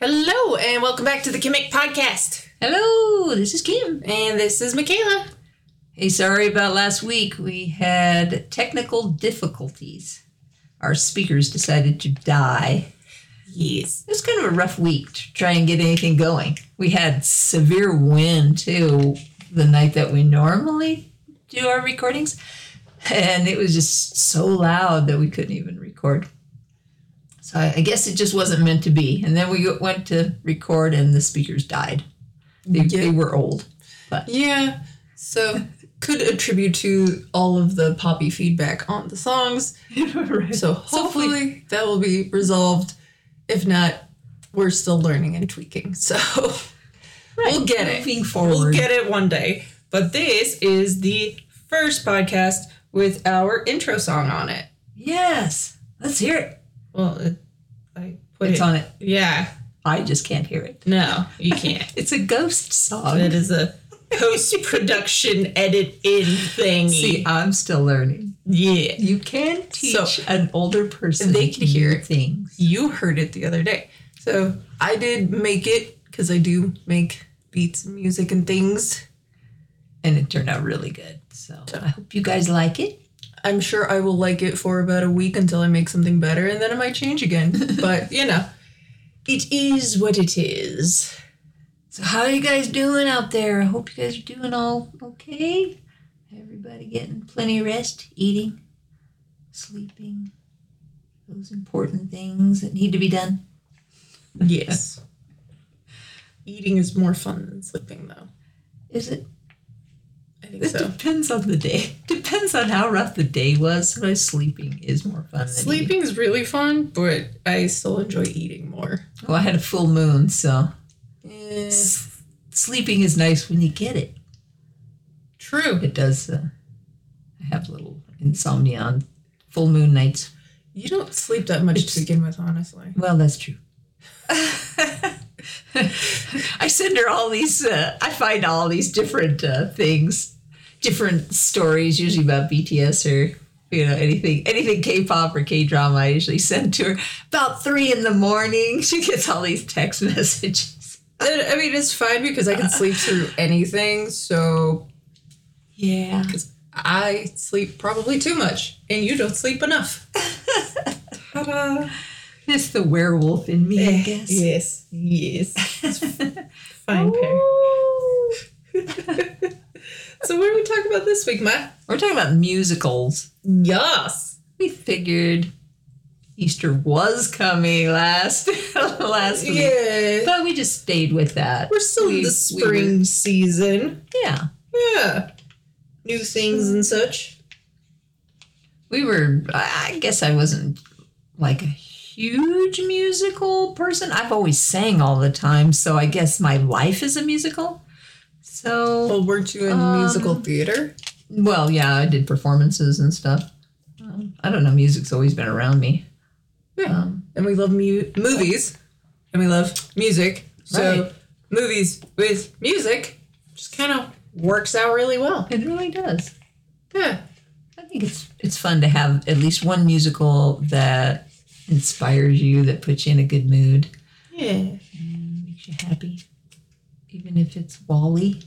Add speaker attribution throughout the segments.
Speaker 1: Hello, and welcome back to the Kimmick Podcast.
Speaker 2: Hello, this is Kim.
Speaker 1: And this is Michaela.
Speaker 2: Hey, sorry about last week. We had technical difficulties. Our speakers decided to die.
Speaker 1: Yes.
Speaker 2: It was kind of a rough week to try and get anything going. We had severe wind too the night that we normally do our recordings, and it was just so loud that we couldn't even record. So I, I guess it just wasn't meant to be. And then we went to record, and the speakers died. They, they were old.
Speaker 1: Yeah. So could attribute to all of the poppy feedback on the songs. So hopefully that will be resolved. If not, we're still learning and tweaking. So we'll get it.
Speaker 2: Moving forward.
Speaker 1: We'll get
Speaker 3: it one day. But this is the first podcast with our intro song on it.
Speaker 2: Yes. Let's hear it.
Speaker 3: Well, it, I put
Speaker 2: It's
Speaker 3: it.
Speaker 2: on it.
Speaker 3: yeah,
Speaker 2: I just can't hear it.
Speaker 3: no, you can't.
Speaker 2: It's a ghost song.
Speaker 3: It is a post production edit in thingy.
Speaker 2: See, I'm still learning.
Speaker 3: yeah,
Speaker 2: You can teach
Speaker 3: So-
Speaker 2: an older person.
Speaker 3: They can hear
Speaker 2: new things.
Speaker 3: you heard it the other day.
Speaker 1: So I did make it because I do make beats and music and things.
Speaker 2: And it turned out really good. So I hope you guys like it.
Speaker 1: I'm sure I will like it for about a week until I make something better and then it might change again. but you know,
Speaker 3: It is what it is.
Speaker 2: So how are you guys doing out there? I hope you guys are doing all okay. Everybody getting plenty of rest, eating, sleeping, those important things that need to be done.
Speaker 3: Yes. Eating is more fun than sleeping, though.
Speaker 2: Is it
Speaker 3: I think
Speaker 2: It
Speaker 3: so.
Speaker 2: depends on the day. Depends on how rough the day was. Sometimes sleeping is more fun than eating.
Speaker 3: Sleeping is really fun, but I still enjoy eating more.
Speaker 2: Well, I had a full moon, so
Speaker 1: eh,
Speaker 2: s- sleeping is nice when you get it.
Speaker 3: True.
Speaker 2: It does. Uh, I have little insomnia on full moon nights.
Speaker 3: You don't sleep that much
Speaker 2: It's-
Speaker 3: to begin with, honestly.
Speaker 2: Well, that's true. I send her all these. Uh, I find all these different uh, things, different stories, usually about BTS or you know anything, anything K-pop or K-drama. I usually send to her about three in the morning. She gets all these text messages.
Speaker 1: I I mean, it's fine because I can sleep through anything. So
Speaker 2: Yeah,
Speaker 1: I sleep probably too much, and you don't sleep enough. Ta-da.
Speaker 2: it's the werewolf in me, I guess.
Speaker 3: Eh, Yes, yes. Fine pair. So what are we talking about this week, Ma?
Speaker 2: We're talking about musicals.
Speaker 3: Yes.
Speaker 2: We figured Easter was coming last last week.
Speaker 3: Yeah.
Speaker 2: But we just stayed with that.
Speaker 3: We're still in
Speaker 2: We-
Speaker 3: the
Speaker 2: we
Speaker 3: spring season.
Speaker 2: were- yeah.
Speaker 3: Yeah. New things and such.
Speaker 2: We were, I I guess I wasn't like a huge musical person. I've always sang all the time. So I guess my life is a musical.
Speaker 3: Oh,
Speaker 2: So,
Speaker 1: Well, weren't you in
Speaker 2: Um,
Speaker 1: musical theater?
Speaker 2: well, yeah, I did performances and stuff. Um, I don't know. Music's always been around me.
Speaker 1: Yeah.
Speaker 2: Um,
Speaker 1: And we love mu- movies, and we love music. So
Speaker 2: Right.
Speaker 1: movies with music just kind of works out really well.
Speaker 2: it really does.
Speaker 1: Yeah.
Speaker 2: I think it's it's fun to have at least one musical that inspires you, that puts you in a good mood,
Speaker 3: Yeah.
Speaker 2: and makes you happy. Even if it's Wally,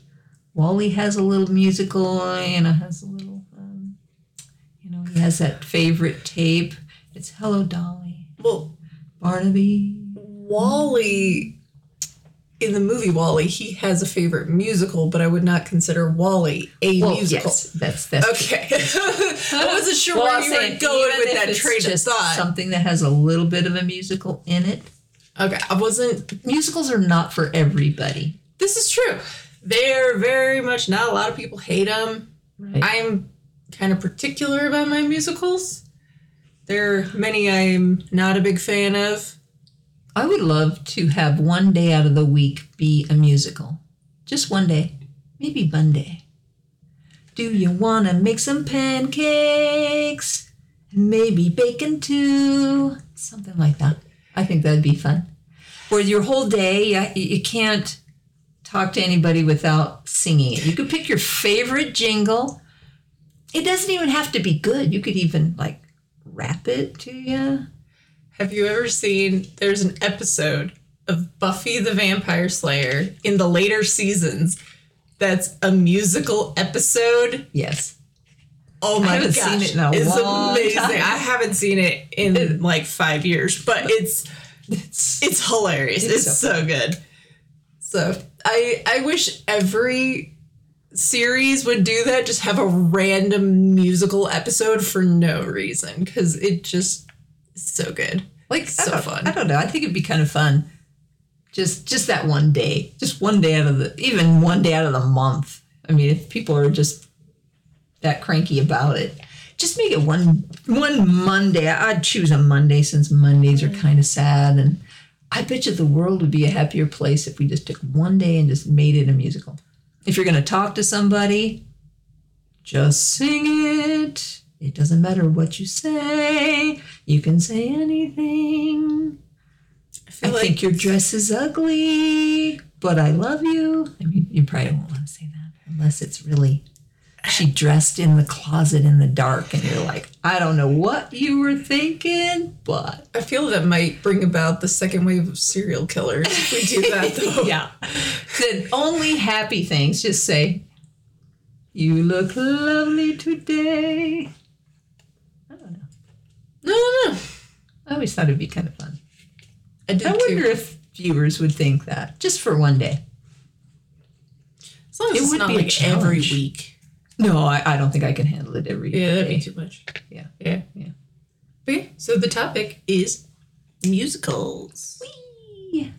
Speaker 2: Wally has a little musical, you know, has a little, um, you know, he has that favorite tape. It's Hello Dolly,
Speaker 1: Well,
Speaker 2: Barnaby.
Speaker 1: Wally in the movie Wally, he has a favorite musical, but I would not consider Wally a
Speaker 2: Well,
Speaker 1: musical.
Speaker 2: yes, that's that's
Speaker 1: Okay. I wasn't sure
Speaker 2: Well,
Speaker 1: where
Speaker 2: I'm
Speaker 1: you
Speaker 2: saying
Speaker 1: were going
Speaker 2: even
Speaker 1: with
Speaker 2: if
Speaker 1: that
Speaker 2: it's
Speaker 1: train of
Speaker 2: just
Speaker 1: thought.
Speaker 2: Something that has a little bit of a musical in it.
Speaker 1: Okay, I wasn't.
Speaker 2: Musicals are not for everybody.
Speaker 1: This is true. They're very much not a lot of people hate them.
Speaker 2: Right.
Speaker 1: I'm kind of particular about my musicals. There are many I'm not a big fan of.
Speaker 2: I would love to have one day out of the week be a musical. Just one day. Maybe Monday. Do you want to make some pancakes? Maybe bacon too. Something like that. I think that'd be fun. For your whole day, you- you can't talk to anybody without singing it. You could pick your favorite jingle. It doesn't even have to be good. You could even like rap it to you.
Speaker 1: Have you ever seen? There's an episode of Buffy the Vampire Slayer in the later seasons. That's a musical episode.
Speaker 2: Yes.
Speaker 1: Oh my
Speaker 2: haven't
Speaker 1: gosh.
Speaker 2: seen it in a
Speaker 1: it's
Speaker 2: long
Speaker 1: amazing.
Speaker 2: time.
Speaker 1: I haven't seen it in like five years, but it's
Speaker 2: It's,
Speaker 1: it's hilarious. It's,
Speaker 2: It's
Speaker 1: so good. So I I wish every series would do that. Just have a random musical episode for no reason because it just is so good.
Speaker 2: like
Speaker 1: so
Speaker 2: I don't-
Speaker 1: fun.
Speaker 2: I don't know. I think it'd be kind of fun. Just just that one day. Just one day out of the even one day out of the month. I mean, if people are just that cranky about it. Just make it one one Monday. I'd choose a Monday since Mondays
Speaker 1: Mm.
Speaker 2: are kind of sad and I bet you the world would be a happier place if we just took one day and just made it a musical. If you're going to talk to somebody, just sing it. It doesn't matter what you say. You can say anything.
Speaker 1: I
Speaker 2: I
Speaker 1: feel like
Speaker 2: think your dress is ugly, but I love you. I mean, you probably won't want to say that unless it's really she dressed in the closet in the dark and you're like, I don't know what you were thinking, but
Speaker 1: I feel that might bring about the second wave of serial killers if we do that though.
Speaker 2: yeah. Said only happy things. Just say, you look lovely today. I don't know.
Speaker 1: No, no, no.
Speaker 2: I always thought it'd be kind of fun.
Speaker 1: I did
Speaker 2: I wonder
Speaker 1: too.
Speaker 2: if viewers would think that just for one day.
Speaker 1: As long as
Speaker 2: it
Speaker 1: it's
Speaker 2: would
Speaker 1: not
Speaker 2: be a
Speaker 1: like every
Speaker 2: challenge.
Speaker 1: week.
Speaker 2: No, I, I don't think I can handle it every
Speaker 1: Yeah, that'd
Speaker 2: day.
Speaker 1: be too much.
Speaker 2: Yeah.
Speaker 1: Yeah.
Speaker 2: Yeah.
Speaker 1: But yeah, so the topic is musicals.
Speaker 2: Whee!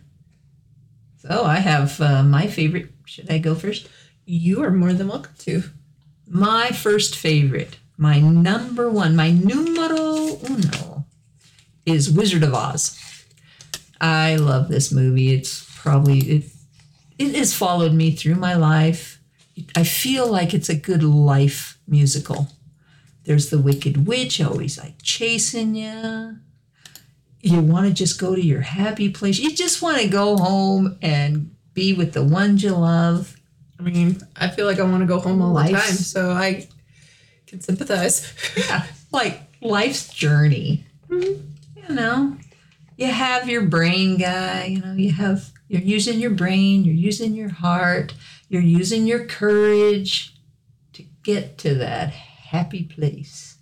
Speaker 2: So I have uh, my favorite. Should I go first?
Speaker 1: You are more than welcome to.
Speaker 2: My first favorite, my number one, my numero uno is Wizard of Oz. I love this movie. It's probably it it has followed me through my life. I feel like it's a good life musical. There's the Wicked Witch always like chasing you. You want to just go to your happy place. You just want to go home and be with the ones you love.
Speaker 1: I mean, I feel like I want to go home all the
Speaker 2: Life's-
Speaker 1: time, so I can sympathize.
Speaker 2: yeah, like life's journey. You know, you have your brain guy, you know, you have, you're using your brain, you're using your heart, you're using your courage to get to that happy place.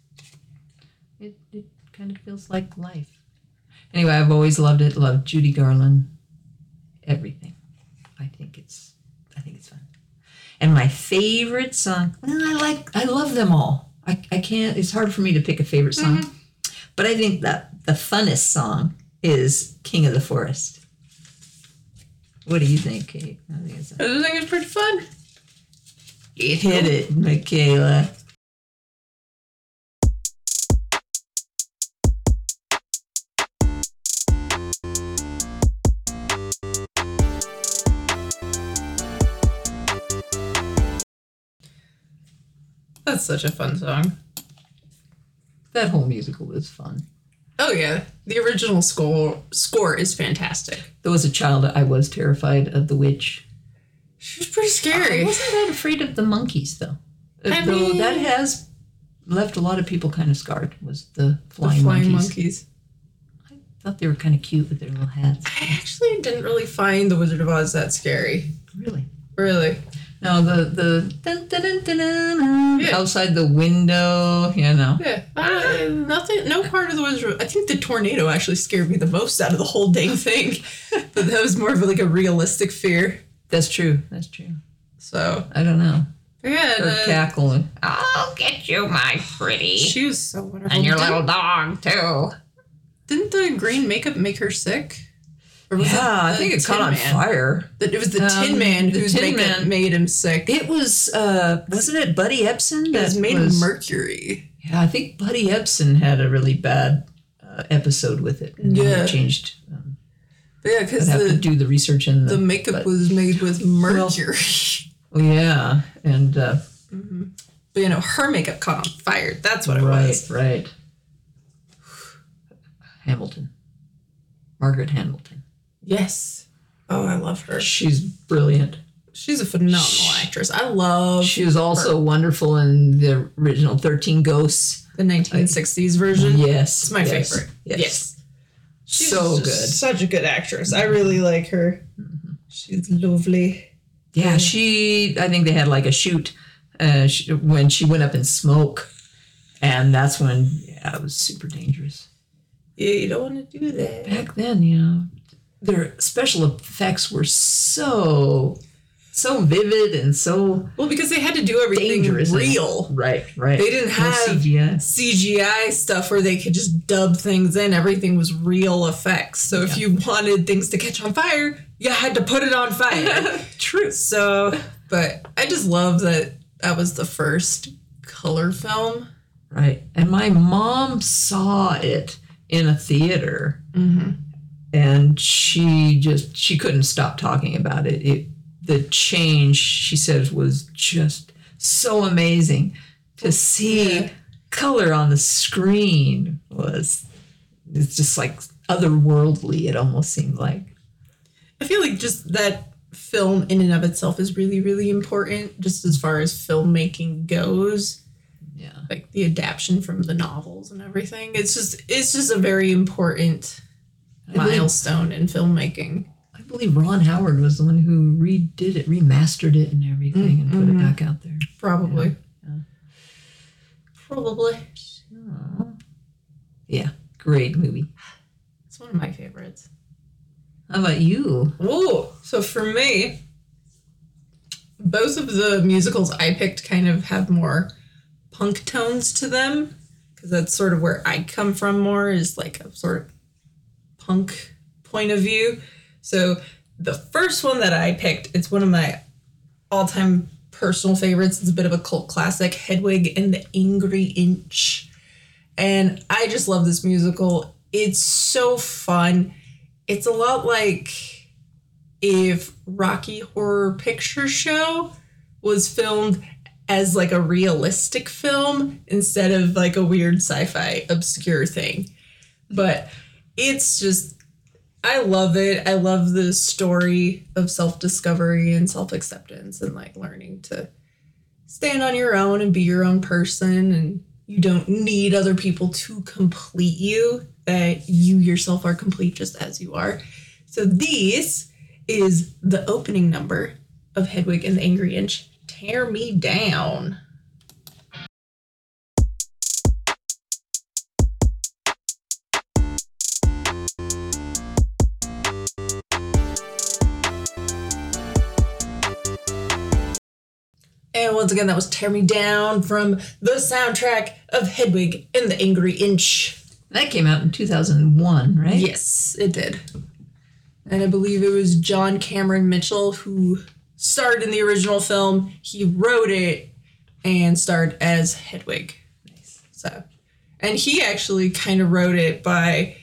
Speaker 2: It, it kind of feels like life. Anyway, I've always loved it, loved Judy Garland, everything. I think it's, I think it's fun. And my favorite song, well, I like, I love them all. I, I can't, it's hard for me to pick a favorite song. But I think that the funnest song is King of the Forest. What do you think, Kate? I think it's-
Speaker 1: I just think it's pretty fun.
Speaker 2: Hit it, Michaela.
Speaker 1: That's such a fun song.
Speaker 2: That whole musical was fun.
Speaker 1: Oh yeah, the original score score is fantastic.
Speaker 2: Though as a child, I was terrified of the witch.
Speaker 1: She was pretty
Speaker 2: I
Speaker 1: scary.
Speaker 2: wasn't that afraid of the monkeys, though.
Speaker 1: I
Speaker 2: though
Speaker 1: mean-
Speaker 2: that has left a lot of people kind of scarred. Was the
Speaker 1: the
Speaker 2: flying,
Speaker 1: flying
Speaker 2: monkeys?
Speaker 1: monkeys.
Speaker 2: Thought they were kind of cute with their little hats.
Speaker 1: I actually didn't really find The Wizard of Oz that scary.
Speaker 2: Really?
Speaker 1: Really.
Speaker 2: No, the the dun, dun, dun, dun, dun, dun,
Speaker 1: Yeah.
Speaker 2: outside the window. You know.
Speaker 1: Yeah. I- Uh, nothing, no part of The Wizard of I think the tornado actually scared me the most out of the whole dang thing. but that was more of like a realistic fear.
Speaker 2: That's true. That's true.
Speaker 1: So,
Speaker 2: I don't know.
Speaker 1: yeah. uh,
Speaker 2: Her
Speaker 1: the-
Speaker 2: cackling.
Speaker 4: I'll get you, my pretty.
Speaker 1: she was so wonderful.
Speaker 4: And your
Speaker 1: Didn't-
Speaker 4: little dog, too.
Speaker 1: Didn't the green makeup make her sick? Or was
Speaker 2: Yeah, I
Speaker 1: the
Speaker 2: think it
Speaker 1: Tin
Speaker 2: caught on
Speaker 1: Man?
Speaker 2: fire.
Speaker 1: That It was the Tin
Speaker 2: Um,
Speaker 1: Man
Speaker 2: the
Speaker 1: whose
Speaker 2: Tin
Speaker 1: makeup
Speaker 2: Man.
Speaker 1: made him sick.
Speaker 2: It was uh wasn't it Buddy Epson?
Speaker 1: It was
Speaker 2: that
Speaker 1: made of
Speaker 2: was-
Speaker 1: mercury.
Speaker 2: Yeah, I think Buddy Epson had a really bad uh, episode with it. And
Speaker 1: Yeah.
Speaker 2: yeah, changed. Um,
Speaker 1: But yeah,
Speaker 2: I'd
Speaker 1: because
Speaker 2: have to
Speaker 1: the,
Speaker 2: do the research in the.
Speaker 1: the makeup
Speaker 2: but-
Speaker 1: was made with
Speaker 2: Well-
Speaker 1: mercury.
Speaker 2: oh, yeah, and uh,
Speaker 1: But you know, her makeup caught on fire. That's what it
Speaker 2: right,
Speaker 1: was.
Speaker 2: right. Hamilton, Margaret Hamilton.
Speaker 1: Yes. Oh, I love her.
Speaker 2: She's brilliant.
Speaker 1: She's a phenomenal actress. I love
Speaker 2: She was also wonderful in the original Thirteen Ghosts.
Speaker 1: the 1960s version.
Speaker 2: Yes,
Speaker 1: It's my
Speaker 2: yes,
Speaker 1: favorite.
Speaker 2: Yes.
Speaker 1: Yes.
Speaker 3: She's
Speaker 1: so
Speaker 3: just
Speaker 1: good.
Speaker 3: Such a good actress. I really like her.
Speaker 2: Mm-hmm.
Speaker 3: She's lovely.
Speaker 2: Yeah, she. I think they had like a shoot uh, sh when she went up in smoke, and that's when yeah, it was super dangerous.
Speaker 3: Yeah, you don't want to do that.
Speaker 2: Back then, you know, their special effects were so so vivid and so
Speaker 1: Well, because they had to do everything
Speaker 2: dangerous. and-
Speaker 1: real.
Speaker 2: right? Right.
Speaker 1: They didn't
Speaker 2: No
Speaker 1: have
Speaker 2: CGI.
Speaker 1: CGI stuff where they could just dub things in. Everything was real effects. So if you wanted things to catch on fire, you had to put it on fire.
Speaker 2: True.
Speaker 1: so, but I just love that that was the first color film.
Speaker 2: Right. And my mom saw it in a theater
Speaker 1: Mm-hmm.
Speaker 2: and she just she couldn't stop talking about it. It the change she says was just so amazing to see
Speaker 1: Oh, yeah.
Speaker 2: color on the screen was it's just like otherworldly it almost seemed like.
Speaker 1: I feel like just that film in and of itself is really, really important, just as far as filmmaking goes.
Speaker 2: Yeah.
Speaker 1: Like the adaptation from the novels and everything. It's just it's just a very important
Speaker 2: I believe,
Speaker 1: milestone in filmmaking.
Speaker 2: I believe Ron Howard was the one who redid it, remastered it and everything and put it
Speaker 1: Mm-hmm.
Speaker 2: back out there.
Speaker 1: Probably.
Speaker 2: Yeah.
Speaker 1: Probably.
Speaker 2: Yeah, great movie.
Speaker 1: It's one of my favorites.
Speaker 2: How about you?
Speaker 1: Ooh, so for me, both of the musicals I picked kind of have more punk tones to them because that's sort of where I come from more is like a sort of punk point of view. So the first one that I picked, it's one of my all-time personal favorites. It's a bit of a cult classic, Hedwig and the Angry Inch. And I just love this musical. It's so fun. It's a lot like if Rocky Horror Picture Show was filmed as like a realistic film instead of like a weird sci-fi obscure thing. But it's just I love it. I love the story of self-discovery and self-acceptance and like learning to stand on your own and be your own person and you don't need other people to complete you that you yourself are complete just as you are. So these is the opening number of Hedwig and the Angry Inch, Tear Me Down. And once again, that was Tear Me Down from the soundtrack of Hedwig and the Angry Inch.
Speaker 2: That came out in 2001, right?
Speaker 1: Yes, it did. And I believe it was John Cameron Mitchell who starred in the original film. He wrote it and starred as Hedwig. So, and he actually kind of wrote it by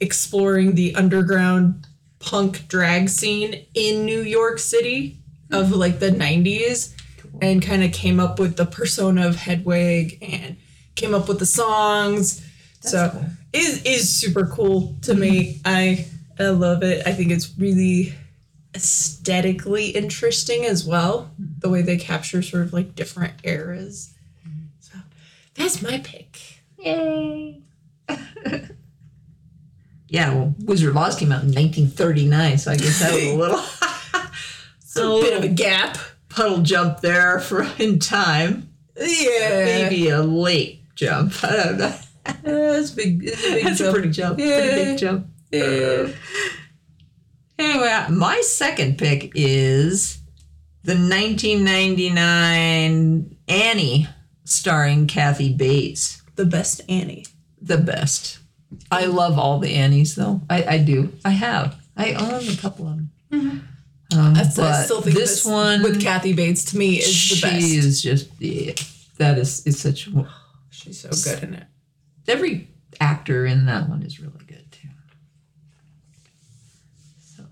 Speaker 1: exploring the underground punk drag scene in New York City of like the 90s and kind of came up with the persona of Hedwig and came up with the songs. so, it is super cool to me. I I love it. I think it's really aesthetically interesting as well. The way they capture sort of like different eras. So that's my pick.
Speaker 4: Yay.
Speaker 2: Yeah, well, Wizard of Oz came out in 1939, so I guess that was a little
Speaker 1: It's a bit of a gap.
Speaker 2: puddle jump there for in time.
Speaker 1: Yeah,
Speaker 2: Maybe a late jump. I don't know.
Speaker 1: That's big. It's a uh, big
Speaker 2: That's a
Speaker 1: jump.
Speaker 2: pretty jump. Pretty
Speaker 1: Yeah.
Speaker 2: big jump.
Speaker 1: Yeah.
Speaker 2: Anyway, my second pick is the 1999 Annie starring Kathy Bates.
Speaker 1: The best Annie.
Speaker 2: the best. I love all the Annies though. I, I do. I have. I own a couple of them. Um,
Speaker 1: That's, Mm-hmm. I
Speaker 2: but
Speaker 1: still think
Speaker 2: this, one
Speaker 1: with Kathy Bates to me is
Speaker 2: she
Speaker 1: the best.
Speaker 2: is just yeah, that is it's such a-
Speaker 1: She's so good in it.
Speaker 2: every actor in that one is really good too. So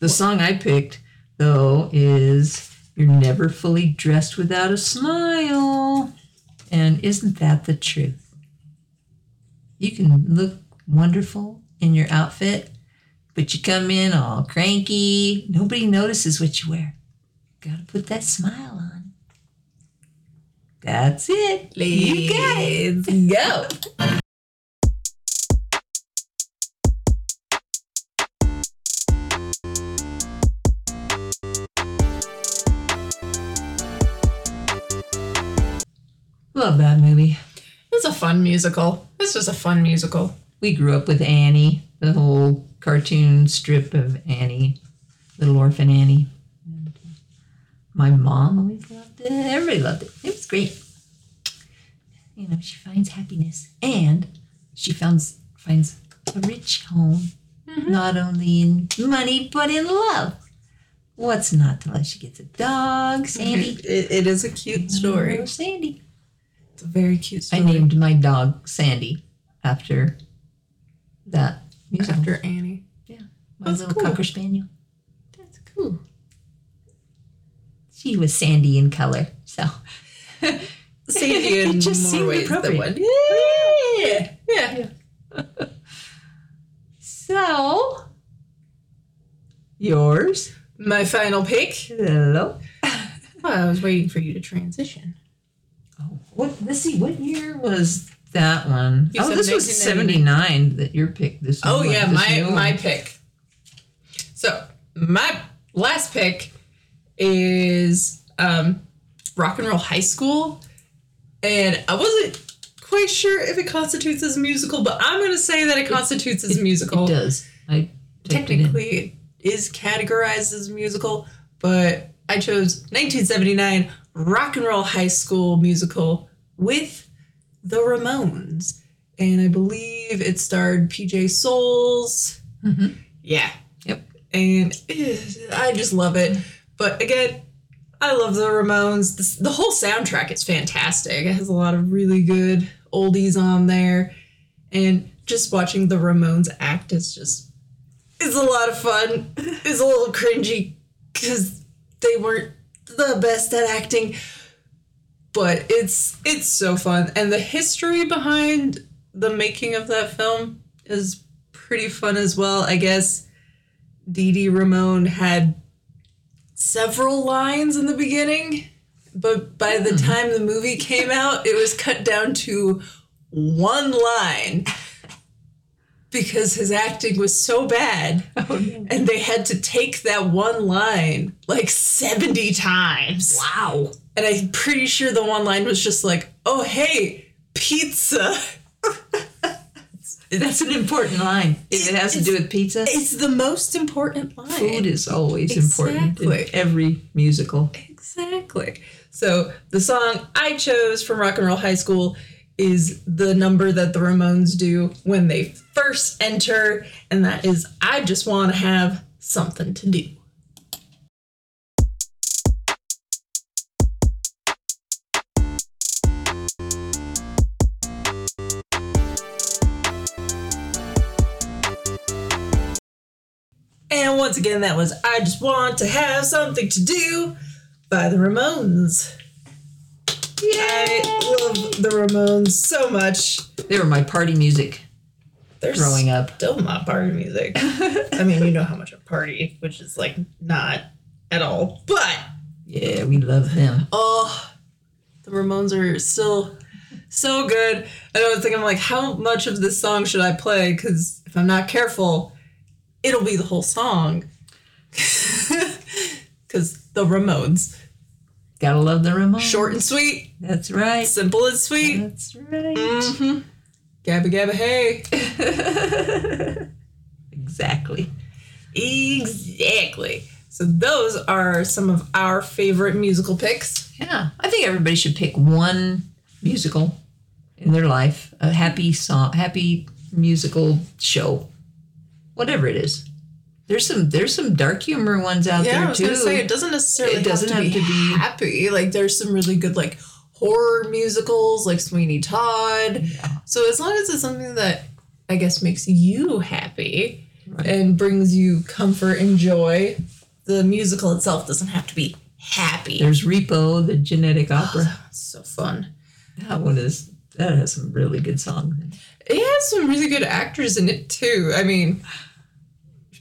Speaker 2: the song I picked though is "You're Never Fully Dressed Without a Smile," and isn't that the truth? You can look wonderful in your outfit, but you come in all cranky. Nobody notices what you wear. Gotta put that smile on. That's it. You got it.
Speaker 1: Let's go.
Speaker 2: Love that movie.
Speaker 1: It's a fun musical. This was a fun musical.
Speaker 2: We grew up with Annie, the whole cartoon strip of Annie, Little Orphan Annie. uh, My mom always loved it. Everybody loved it. It was great. You know, she finds happiness and she finds finds a rich home,
Speaker 1: Mm-hmm.
Speaker 2: not only in money but in love. What's not to love? She gets a dog, Sandy.
Speaker 1: It, it is a cute story.
Speaker 2: Oh, Sandy.
Speaker 1: It's a very cute story.
Speaker 2: I named my dog Sandy after that musical.
Speaker 1: after Annie.
Speaker 2: my
Speaker 1: that's
Speaker 2: little
Speaker 1: cool.
Speaker 2: cocker spaniel.
Speaker 1: That's cool.
Speaker 2: She was sandy in color, so
Speaker 1: Sandy
Speaker 2: It
Speaker 1: in
Speaker 2: just
Speaker 1: more
Speaker 2: seemed
Speaker 1: ways than one.
Speaker 2: appropriate. Oh,
Speaker 1: Yeah. Yeah.
Speaker 2: so yours.
Speaker 1: My final pick.
Speaker 2: Hello.
Speaker 1: Well, Oh, I was waiting for you to transition.
Speaker 2: Oh, what? Let's see. What year was that one?
Speaker 1: You
Speaker 2: oh,
Speaker 1: said
Speaker 2: this was
Speaker 1: 1999.
Speaker 2: '79 that your pick. This.
Speaker 1: Oh
Speaker 2: new one,
Speaker 1: yeah,
Speaker 2: this
Speaker 1: my
Speaker 2: new one.
Speaker 1: my pick. So my last pick is um, rock and roll high school, and I wasn't quite sure if it constitutes as a musical, but I'm gonna say that it constitutes as a musical.
Speaker 2: It does. I typed it in.
Speaker 1: Technically, it is categorized as a musical, but I chose 1979 rock and roll high school musical with the Ramones, and I believe it starred PJ Souls.
Speaker 2: Mhm.
Speaker 1: Yeah.
Speaker 2: Yep.
Speaker 1: And eh, I just love it. But again, I love the Ramones. This, the whole soundtrack is fantastic. It has a lot of really good oldies on there. And just watching the Ramones act is just it's a lot of fun. It's a little cringy because they weren't the best at acting. But it's it's so fun. And the history behind the making of that film is pretty fun as well. I guess Dee Dee Ramone had several lines in the beginning, but by the time the movie came out, it was cut down to one line because his acting was so bad
Speaker 2: Oh,
Speaker 1: and they had to take that one line like 70 times.
Speaker 2: Wow.
Speaker 1: And I'm pretty sure the one line was just like, oh, hey, pizza.
Speaker 2: That's an important line. If it has to do with pizza,
Speaker 1: It's the most important line.
Speaker 2: food is always important
Speaker 1: Exactly.
Speaker 2: in every musical.
Speaker 1: Exactly. So the song I chose from Rock and Roll High School is the number that the Ramones do when they first enter, and that is I just want to have something to do. And once again, that was I Just Want to Have Something to Do by the Ramones. I love the Ramones so much.
Speaker 2: They were my party music
Speaker 1: They're
Speaker 2: growing up.
Speaker 1: still my party music. I mean, you know how much I party, which is like not at all. But
Speaker 2: Yeah, we love them.
Speaker 1: oh, the Ramones are still so good. And I was thinking, like, how much of this song should I play? Because if I'm not careful, it'll be the whole song. Because the Ramones,
Speaker 2: Gotta love the Ramones.
Speaker 1: short and sweet,
Speaker 2: That's right.
Speaker 1: simple and sweet.
Speaker 2: That's right.
Speaker 1: Mm-hmm. Gabba gabba hey.
Speaker 2: Exactly.
Speaker 1: Exactly. So those are some of our favorite musical picks.
Speaker 2: Yeah, I think everybody should pick one musical in their life, a happy song, happy musical show, whatever it is. There's some there's some dark humor ones out there too.
Speaker 1: doesn't necessarily
Speaker 2: It doesn't have to be-
Speaker 1: happy. Like there's some really good like horror musicals like Sweeney Todd. So as long as it's something that I guess makes you happy
Speaker 2: Right.
Speaker 1: and brings you comfort and joy, the musical itself doesn't have to be happy.
Speaker 2: There's Repo, the genetic opera.
Speaker 1: It's so fun.
Speaker 2: That one is that has some really good songs. in it.
Speaker 1: It has some really good actors in it too. I mean,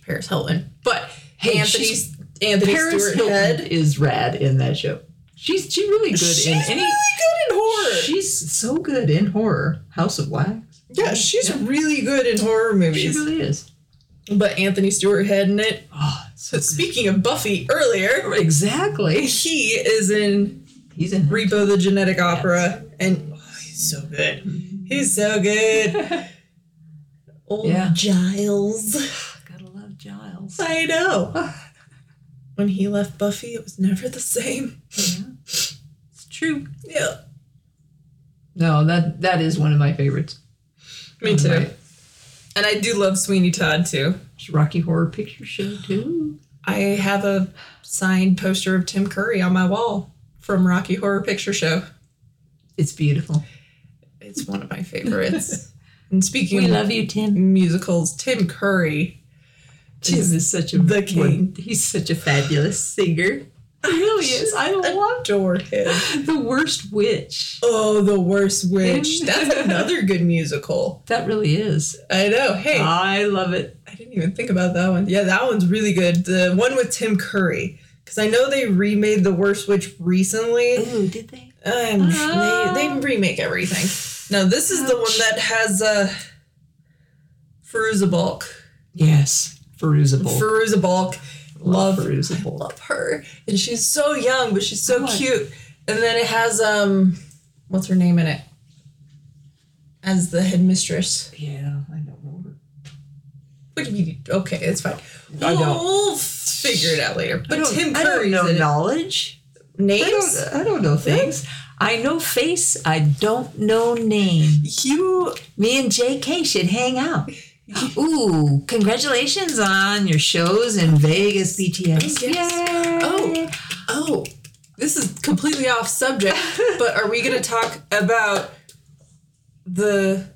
Speaker 1: Paris Hilton, but
Speaker 2: Hey,
Speaker 1: Anthony
Speaker 2: she's-
Speaker 1: Anthony
Speaker 2: Paris
Speaker 1: Stewart
Speaker 2: Hilton
Speaker 1: Head.
Speaker 2: is rad in that show. She's she's really good
Speaker 1: She's
Speaker 2: in
Speaker 1: really
Speaker 2: any.
Speaker 1: good in horror.
Speaker 2: She's so good in horror. House of Wax.
Speaker 1: yeah, she's
Speaker 2: Yeah.
Speaker 1: really good in horror
Speaker 2: She
Speaker 1: movies.
Speaker 2: really is.
Speaker 1: but Anthony Stewart Head in it.
Speaker 2: Oh, so
Speaker 1: So speaking of Buffy earlier,
Speaker 2: exactly.
Speaker 1: he is in
Speaker 2: He's in.
Speaker 1: Repo the Genetic Opera, and oh, He's so good. He's so good. Old
Speaker 2: Yeah.
Speaker 1: Giles.
Speaker 2: Gotta love Giles.
Speaker 1: I know. When he left Buffy, it was never the same.
Speaker 2: It's true.
Speaker 1: Yeah.
Speaker 2: No, that that is one of my favorites.
Speaker 1: Me too.
Speaker 2: Right.
Speaker 1: And I do love Sweeney Todd too.
Speaker 2: It's Rocky Horror Picture Show too.
Speaker 1: I have a signed poster of Tim Curry on my wall from Rocky Horror Picture Show.
Speaker 2: It's beautiful.
Speaker 1: It's one of my favorites. and speaking
Speaker 2: We
Speaker 1: of
Speaker 2: love you, Tim.
Speaker 1: musicals, Tim Curry.
Speaker 2: Tim is such a
Speaker 1: the king.
Speaker 2: He's such a fabulous singer. He really is. I love
Speaker 1: Adore him.
Speaker 2: the worst witch.
Speaker 1: Oh, The Worst Witch.
Speaker 2: Him.
Speaker 1: That's another good musical.
Speaker 2: That really is.
Speaker 1: I know. Hey,
Speaker 2: I love it.
Speaker 1: I didn't even think about that one. Yeah, that one's really good. The one with Tim Curry. Because I know they remade The Worst Witch recently.
Speaker 2: Oh, did they?
Speaker 1: Um,
Speaker 2: Ah.
Speaker 1: they, they remake everything. No, this is the one
Speaker 2: Ouch.
Speaker 1: that has uh, Feruza Balk.
Speaker 2: Yes, Feruzible.
Speaker 1: Feruza Balk. Love,
Speaker 2: Feruzible.
Speaker 1: love her. And she's so young, but she's so
Speaker 2: What?
Speaker 1: cute. And then it has um what's her name in it? As the headmistress.
Speaker 2: Yeah, I don't know.
Speaker 1: What do you okay, it's fine.
Speaker 2: I
Speaker 1: we'll,
Speaker 2: don't-
Speaker 1: we'll figure it out later.
Speaker 2: I
Speaker 1: But
Speaker 2: don't,
Speaker 1: Tim
Speaker 2: I don't
Speaker 1: Curry's
Speaker 2: know
Speaker 1: in it.
Speaker 2: knowledge. I
Speaker 1: names.
Speaker 2: don't, I don't know things. I know face. I don't know name.
Speaker 1: You
Speaker 2: Me and JK should hang out. Ooh, congratulations on your shows in Vegas, BTS.
Speaker 5: Yes.
Speaker 2: Yay.
Speaker 1: Oh. oh this is completely off subject, but are we gonna talk about the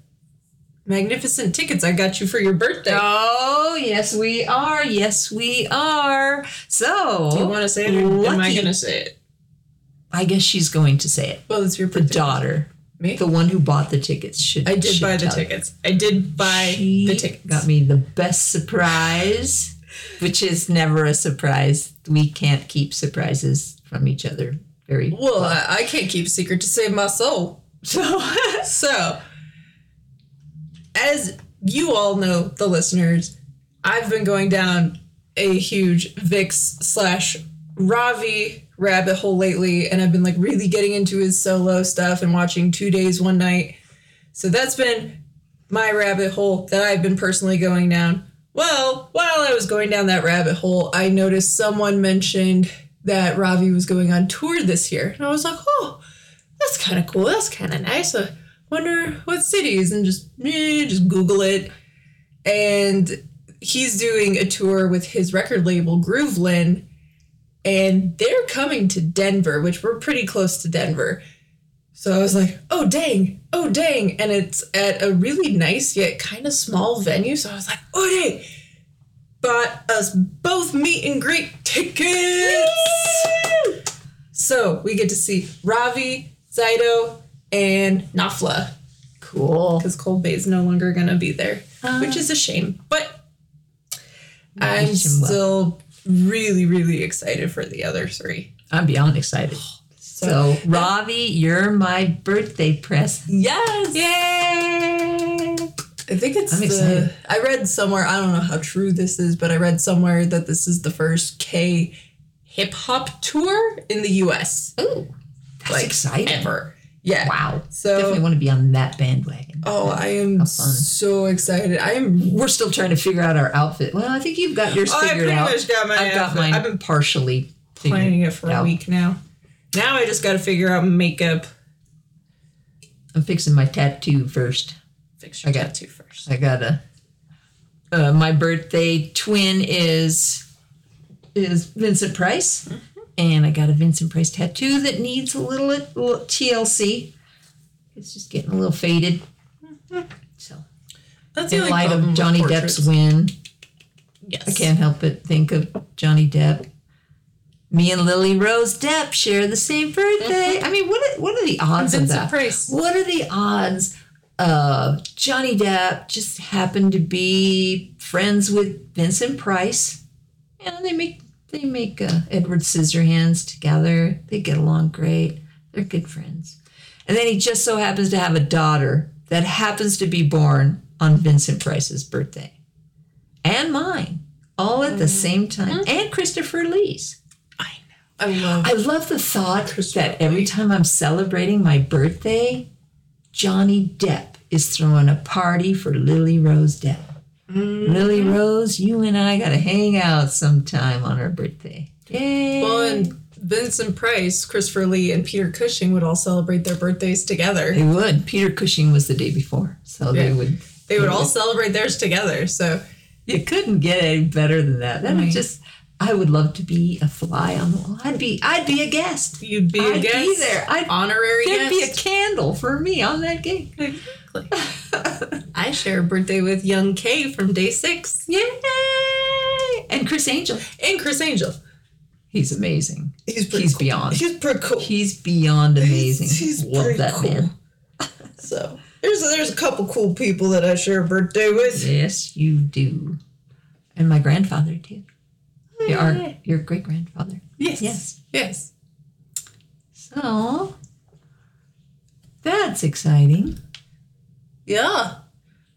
Speaker 1: magnificent tickets I got you for your birthday?
Speaker 2: Oh, yes, we are. Yes, we are. So,
Speaker 1: Do you want to say it, or am I
Speaker 2: lucky-
Speaker 1: gonna say it?
Speaker 2: I guess she's going to say it.
Speaker 1: Well, it's your
Speaker 2: The
Speaker 1: birthday.
Speaker 2: daughter,
Speaker 1: Me?
Speaker 2: the one who bought the tickets, should
Speaker 1: I did
Speaker 2: should
Speaker 1: buy the
Speaker 2: tell you.
Speaker 1: tickets. I did buy
Speaker 2: She
Speaker 1: the tickets.
Speaker 2: Got me the best surprise, which is never a surprise. We can't keep surprises from each other. Very
Speaker 1: Well, I, I can't keep a secret to save my soul.
Speaker 2: so
Speaker 1: So, as you all know, the listeners, I've been going down a huge Vix slash Ravi rabbit hole lately, and I've been like really getting into his solo stuff and watching two days, one night. So that's been my rabbit hole that I've been personally going down. Well, while I was going down that rabbit hole, I noticed someone mentioned that Ravi was going on tour this year. And I was like, oh, that's kind of cool. That's kind of nice. I wonder what cities. And just, eh, just Google it. And he's doing a tour with his record label, Groovelin. And they're coming to Denver, which we're pretty close to Denver. So I was like, oh, dang. Oh, dang. And it's at a really nice yet kind of small venue. So I was like, oh, dang. Bought us both meet and greet tickets. So we get to see Ravi, Zaido, and Nafla
Speaker 2: cool.
Speaker 1: because Cold Bay is no longer going to be there, which is a shame. But I'm
Speaker 2: wish him well.
Speaker 1: still really, really excited for the other three.
Speaker 2: I'm beyond excited. So, Ravi, you're my birthday present.
Speaker 1: Yes!
Speaker 2: Yay!
Speaker 1: I think it's
Speaker 2: I'm
Speaker 1: the.
Speaker 2: excited.
Speaker 1: I read somewhere, I don't know how true this is, but I read somewhere that this is the first K hip hop tour in the US
Speaker 2: Ooh, that's
Speaker 1: Like,
Speaker 2: exciting.
Speaker 1: ever. Yeah.
Speaker 2: Wow.
Speaker 1: So.
Speaker 2: Definitely want to be on that bandwagon.
Speaker 1: Oh, I am
Speaker 2: How fun.
Speaker 1: so excited. I am
Speaker 2: We're still trying to figure out our outfit. Well, I think you've got
Speaker 1: Oh,
Speaker 2: yours figured out.
Speaker 1: got my
Speaker 2: I've got
Speaker 1: outfit.
Speaker 2: mine
Speaker 1: I've been
Speaker 2: partially figured
Speaker 1: planning it for
Speaker 2: out.
Speaker 1: a week now. Now I just got to figure out makeup.
Speaker 2: I'm fixing my tattoo first.
Speaker 1: Fix your
Speaker 2: I got-
Speaker 1: tattoo first.
Speaker 2: I gotta. Uh, my birthday twin is is Vincent Price,
Speaker 1: Mm-hmm.
Speaker 2: and I got a Vincent Price tattoo that needs a little, little TLC. It's just getting a little faded.
Speaker 1: Mm-hmm.
Speaker 2: So,
Speaker 1: That's the
Speaker 2: in
Speaker 1: only
Speaker 2: light
Speaker 1: problem
Speaker 2: of
Speaker 1: with
Speaker 2: Johnny
Speaker 1: portraits.
Speaker 2: Depp's win,
Speaker 1: Yes.
Speaker 2: I can't help but think of Johnny Depp. Me and Lily Rose Depp share the same birthday. I mean, what are, what are the odds of
Speaker 1: Vincent
Speaker 2: that?
Speaker 1: Price.
Speaker 2: What are the odds of Johnny Depp just happened to be friends with Vincent Price? And they make they make uh, Edward Scissorhands together. They get along great. They're good friends. And then he just so happens to have a daughter that happens to be born on Vincent Price's birthday and mine, all at the same time, and Christopher Lee's.
Speaker 1: I love.
Speaker 2: I love the thought that every time I'm celebrating my birthday, Johnny Depp is throwing a party for Lily Rose Depp.
Speaker 1: Mm-hmm.
Speaker 2: Lily Rose, you and I gotta hang out sometime on her birthday. Yay!
Speaker 1: Well, and Vincent Price, Christopher Lee, and Peter Cushing would all celebrate their birthdays together.
Speaker 2: they would. Peter Cushing was the day before, so they
Speaker 1: Yeah.
Speaker 2: would.
Speaker 1: They would all celebrate theirs together. So
Speaker 2: You couldn't get any better than that. That would
Speaker 1: Right.
Speaker 2: just. I would love to be a fly on the wall. I'd be. I'd be a guest.
Speaker 1: you'd be a
Speaker 2: I'd be
Speaker 1: guest,
Speaker 2: there. I'd-
Speaker 1: honorary
Speaker 2: There'd
Speaker 1: guest.
Speaker 2: be a candle for me on that gig.
Speaker 1: I share a birthday with young Kay from day six
Speaker 2: Yay! And Chris Angel.
Speaker 1: and Chris Angel.
Speaker 2: He's amazing.
Speaker 1: He's
Speaker 2: He's beyond.
Speaker 1: He's pretty cool.
Speaker 2: He's beyond amazing.
Speaker 1: He's
Speaker 2: Love
Speaker 1: pretty
Speaker 2: that
Speaker 1: cool.
Speaker 2: man.
Speaker 1: So there's there's a couple cool people that I share a birthday with.
Speaker 2: Yes, you do. And my grandfather too. Your, our, your great grandfather.
Speaker 1: Yes.
Speaker 2: Yes.
Speaker 1: Yes.
Speaker 2: So that's exciting.
Speaker 1: Yeah.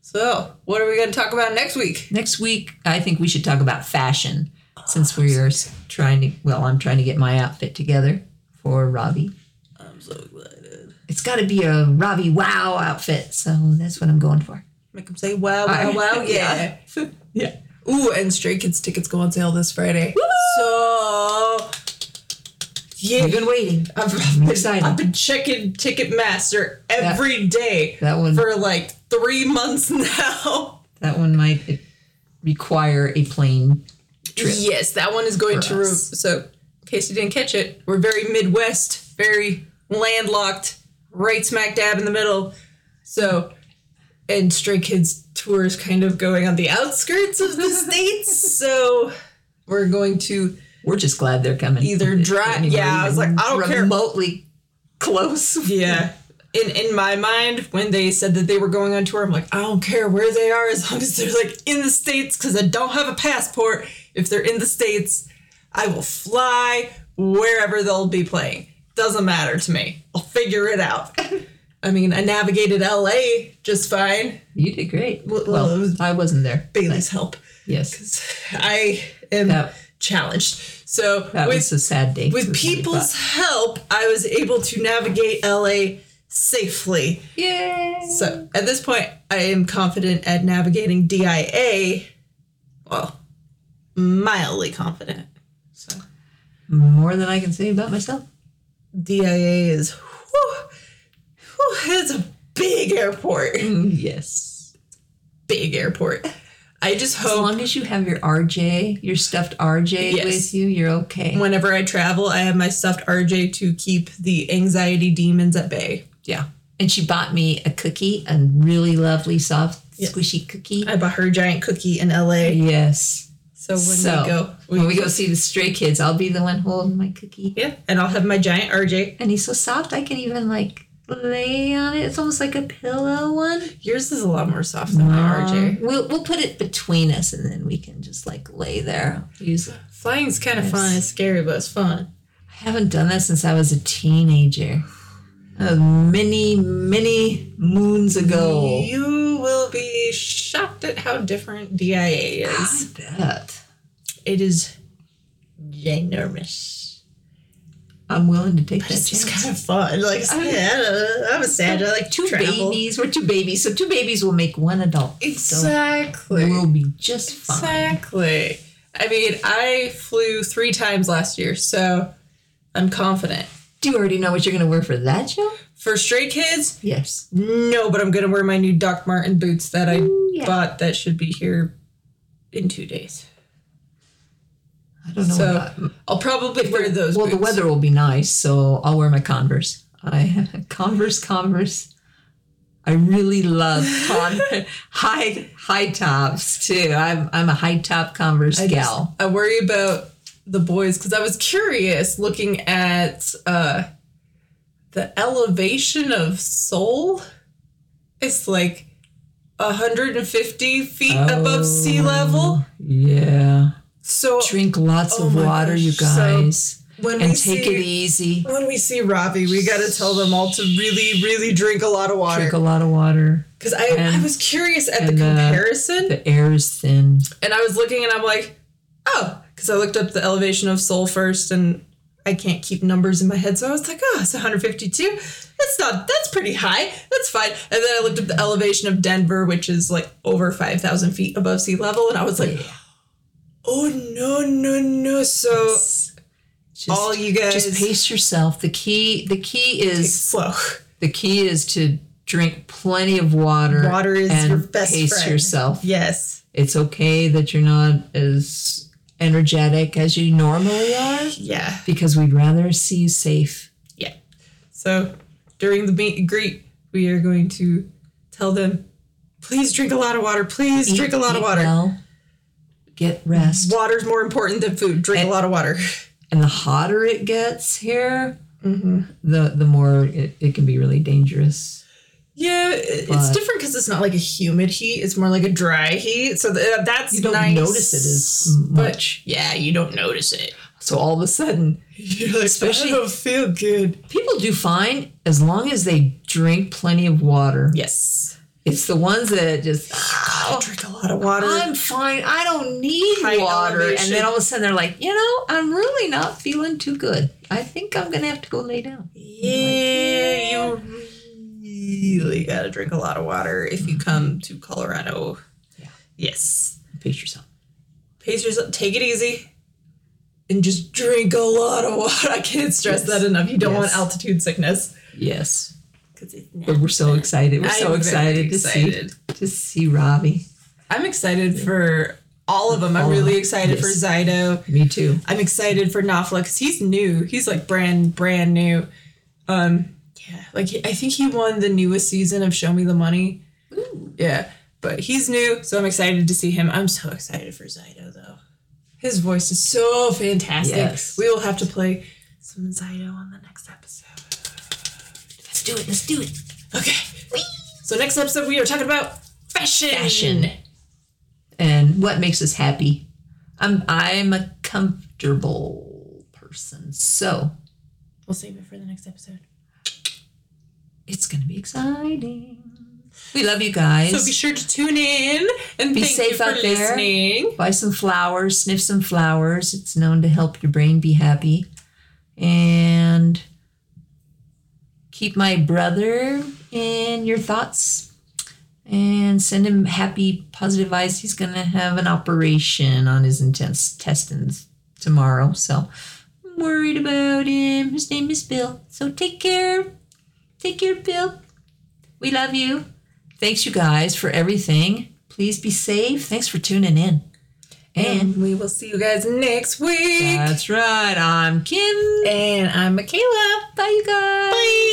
Speaker 1: So what are we going to talk about next week?
Speaker 2: Next week, I think we should talk about fashion since we are s- trying to. Well, I'm trying to get my outfit together for Robbie.
Speaker 1: I'm so excited.
Speaker 2: It's got to be a Robbie Wow outfit. So that's what I'm going for.
Speaker 1: Make them say wow,
Speaker 2: I-
Speaker 1: wow, wow,
Speaker 2: yeah.
Speaker 1: yeah.
Speaker 2: Yeah.
Speaker 1: Ooh, and Stray Kids tickets go on sale this Friday. So yeah,
Speaker 2: I've been waiting.
Speaker 1: I've, I've been,
Speaker 2: excited.
Speaker 1: I've been checking Ticketmaster every day
Speaker 2: That one.
Speaker 1: for like three months now.
Speaker 2: That one might eh, require a plane trip.
Speaker 1: Yes, that one is going
Speaker 2: For
Speaker 1: to. Re-
Speaker 2: us.
Speaker 1: so, in case you didn't catch it, we're very Midwest, very landlocked, right smack dab in the middle. So, and Stray Kids tour is kind of going on the outskirts of the states. So, we're going to
Speaker 2: We're just glad they're coming.
Speaker 1: Either dry-
Speaker 2: Anybody
Speaker 1: yeah, I was like, I don't care.
Speaker 2: Remotely close.
Speaker 1: yeah. In, in my mind, when they said that they were going on tour, I'm like, I don't care where they are as long as they're like in the States because I don't have a passport. If they're in the States, I will fly wherever they'll be playing. Doesn't matter to me. I'll figure it out. I mean, I navigated LA just fine.
Speaker 2: You did great.
Speaker 1: Well,
Speaker 2: Well,
Speaker 1: it was-
Speaker 2: I wasn't there.
Speaker 1: Bailey's help.
Speaker 2: Yes,
Speaker 1: I am
Speaker 2: That-
Speaker 1: challenged. So
Speaker 2: that
Speaker 1: with
Speaker 2: was a sad day. for
Speaker 1: with
Speaker 2: everybody,
Speaker 1: people's help, I was able to navigate LA safely.
Speaker 2: but- Yay!
Speaker 1: So at this point, I am confident at navigating DIA. Well, mildly confident. So
Speaker 2: More than I can say about myself.
Speaker 1: DIA is, whew, whew, it's a big airport.
Speaker 2: Yes.
Speaker 1: Big airport. I just
Speaker 2: As
Speaker 1: hope
Speaker 2: long as you have your RJ, your stuffed RJ
Speaker 1: Yes.
Speaker 2: with you, you're okay.
Speaker 1: whenever I travel, I have my stuffed RJ to keep the anxiety demons at bay.
Speaker 2: Yeah. And she bought me a cookie, a really lovely, soft,
Speaker 1: Yeah.
Speaker 2: squishy cookie.
Speaker 1: I bought her a giant cookie in LA.
Speaker 2: yes.
Speaker 1: So when
Speaker 2: So,
Speaker 1: we go,
Speaker 2: When we go see the stray kids, I'll be the one holding my cookie.
Speaker 1: Yeah, and I'll have my giant RJ.
Speaker 2: and he's so soft I can even like lay on it. It's almost like a pillow one. Um,
Speaker 1: Yours is a lot more soft than my RJ.
Speaker 2: We'll we'll put it between us and then we can just like lay there. Use it.
Speaker 1: Flying's kind of
Speaker 2: Yes.
Speaker 1: fun. It's scary, but it's fun.
Speaker 2: I haven't done that since I was a teenager. Uh, many, many moons
Speaker 1: Oh.
Speaker 2: ago.
Speaker 1: You will be shocked at how different DIA
Speaker 2: I
Speaker 1: is.
Speaker 2: bet.
Speaker 1: It is ginormous.
Speaker 2: I'm willing to take
Speaker 1: But
Speaker 2: that
Speaker 1: it's just
Speaker 2: chance.
Speaker 1: kind of fun. Like,
Speaker 2: I-
Speaker 1: yeah, I'm a sad. I like
Speaker 2: two
Speaker 1: to travel.
Speaker 2: babies. We're two babies. So two babies will make one adult. So
Speaker 1: Exactly.
Speaker 2: we'll be just fine.
Speaker 1: Exactly. I mean, I flew three times last year, so I'm confident.
Speaker 2: Do you already know what you're going to wear for that show?
Speaker 1: For stray kids,
Speaker 2: Yes.
Speaker 1: no, but I'm gonna wear my new Doc Martin boots that I
Speaker 2: yeah.
Speaker 1: bought that should be here in two days.
Speaker 2: I don't know
Speaker 1: So,
Speaker 2: about
Speaker 1: I'll probably wear those.
Speaker 2: Well, the
Speaker 1: boots.
Speaker 2: weather will be nice, so I'll wear my Converse. I Converse, Converse. I really love con- high high tops too. I'm I'm a high top Converse
Speaker 1: I just-
Speaker 2: gal.
Speaker 1: I worry about the boys because I was curious looking at uh, the elevation of Seoul. It's like 150 feet above sea level.
Speaker 2: Oh, Yeah.
Speaker 1: So
Speaker 2: Drink lots
Speaker 1: Oh
Speaker 2: of
Speaker 1: my
Speaker 2: water,
Speaker 1: gosh,
Speaker 2: you
Speaker 1: so
Speaker 2: guys,
Speaker 1: when we
Speaker 2: and
Speaker 1: see
Speaker 2: take it easy.
Speaker 1: when we see Ravi, we gotta tell them all to really, really drink a lot of water.
Speaker 2: Drink a lot of water.
Speaker 1: Because I, I
Speaker 2: and-
Speaker 1: was curious at the
Speaker 2: and, uh,
Speaker 1: comparison.
Speaker 2: The air is thin.
Speaker 1: and I was looking and I'm like, oh, because I looked up the elevation of Seoul first and I can't keep numbers in my head, so I was like, oh, it's 152. That's not, that's pretty high. That's fine. And then I looked up the elevation of Denver, which is like over 5,000 feet above sea level, and I was like, oh, no, no, no. So
Speaker 2: Just,
Speaker 1: all you guys
Speaker 2: just pace yourself. The key the key
Speaker 1: take it
Speaker 2: is
Speaker 1: slow.
Speaker 2: the key is to drink plenty of water.
Speaker 1: Water is
Speaker 2: and
Speaker 1: your best
Speaker 2: pace
Speaker 1: friend.
Speaker 2: yourself.
Speaker 1: Yes.
Speaker 2: It's okay that you're not as energetic as you normally are
Speaker 1: Yeah.
Speaker 2: because we'd rather see you safe.
Speaker 1: So during the meet and greet, we are going to tell them, please drink a lot of water. Please
Speaker 2: Eat-
Speaker 1: drink a lot of
Speaker 2: eat
Speaker 1: water.
Speaker 2: well, get rest.
Speaker 1: Water's more important than food. Drink a lot of water.
Speaker 2: and the hotter it gets here,
Speaker 1: Mm-hmm.
Speaker 2: the the more it, it can be really dangerous.
Speaker 1: Yeah, it- it's
Speaker 2: But-
Speaker 1: different because it's not like a humid heat. It's more like a dry heat. So th- uh, that's
Speaker 2: You don't
Speaker 1: nice,
Speaker 2: notice it as
Speaker 1: but-
Speaker 2: much.
Speaker 1: yeah, you don't notice it.
Speaker 2: So all of a sudden,
Speaker 1: Especially, I don't feel good.
Speaker 2: people do fine as long as they drink plenty of water.
Speaker 1: Yes,
Speaker 2: It's the ones that just "Oh,
Speaker 1: drink a lot of water.
Speaker 2: I'm fine. I don't need
Speaker 1: High
Speaker 2: water.
Speaker 1: elevation.
Speaker 2: And then all of a sudden they're like, you know, I'm really not feeling too good. I think I'm gonna have to go lay down.
Speaker 1: yeah, you really gotta drink a lot of water if you come to Colorado. Yes,
Speaker 2: Pace yourself.
Speaker 1: pace yourself. Take it easy. And just drink a lot of water. I can't stress
Speaker 2: Yes.
Speaker 1: that enough. You don't want
Speaker 2: Yes.
Speaker 1: altitude sickness.
Speaker 2: Yes.
Speaker 1: Because it's
Speaker 2: But we're so excited. We're
Speaker 1: I'm
Speaker 2: so
Speaker 1: very
Speaker 2: excited to see to see Robbie.
Speaker 1: I'm excited for all of them. I'm
Speaker 2: All of
Speaker 1: really
Speaker 2: them,
Speaker 1: excited for
Speaker 2: yes.
Speaker 1: Zydo.
Speaker 2: Me too.
Speaker 1: I'm excited for Nafla because he's new. He's like brand brand new. Um, yeah, like he- I think he won the newest season of Show Me the Money. Yeah, but he's new, so I'm excited to see him. I'm so excited for Zydo though. His voice is so fantastic.
Speaker 2: Yes.
Speaker 1: We will have to play some Zydo on the next episode.
Speaker 2: Let's do it. Let's do it.
Speaker 1: Okay. So next episode we are talking about fashion.
Speaker 2: Fashion. and what makes us happy. I'm I'm a comfortable person, so
Speaker 1: We'll save it for the next episode.
Speaker 2: it's gonna be exciting. We love you guys.
Speaker 1: So be sure to tune in and
Speaker 2: Be
Speaker 1: thank you
Speaker 2: safe
Speaker 1: for
Speaker 2: out there.
Speaker 1: listening.
Speaker 2: Buy some flowers, sniff some flowers. It's known to help your brain be happy. And keep my brother in your thoughts and send him happy, positive vibes. He's going to have an operation on his intense intestines tomorrow. So I'm worried about him. His name is Bill. So take care. Take care, Bill. We love you. Thanks, you guys, for everything. Please be safe. Thanks for tuning in. And
Speaker 1: And we will see you guys next week.
Speaker 2: that's right. I'm Kim.
Speaker 1: And I'm Michaela.
Speaker 2: Bye, you guys.
Speaker 1: Bye.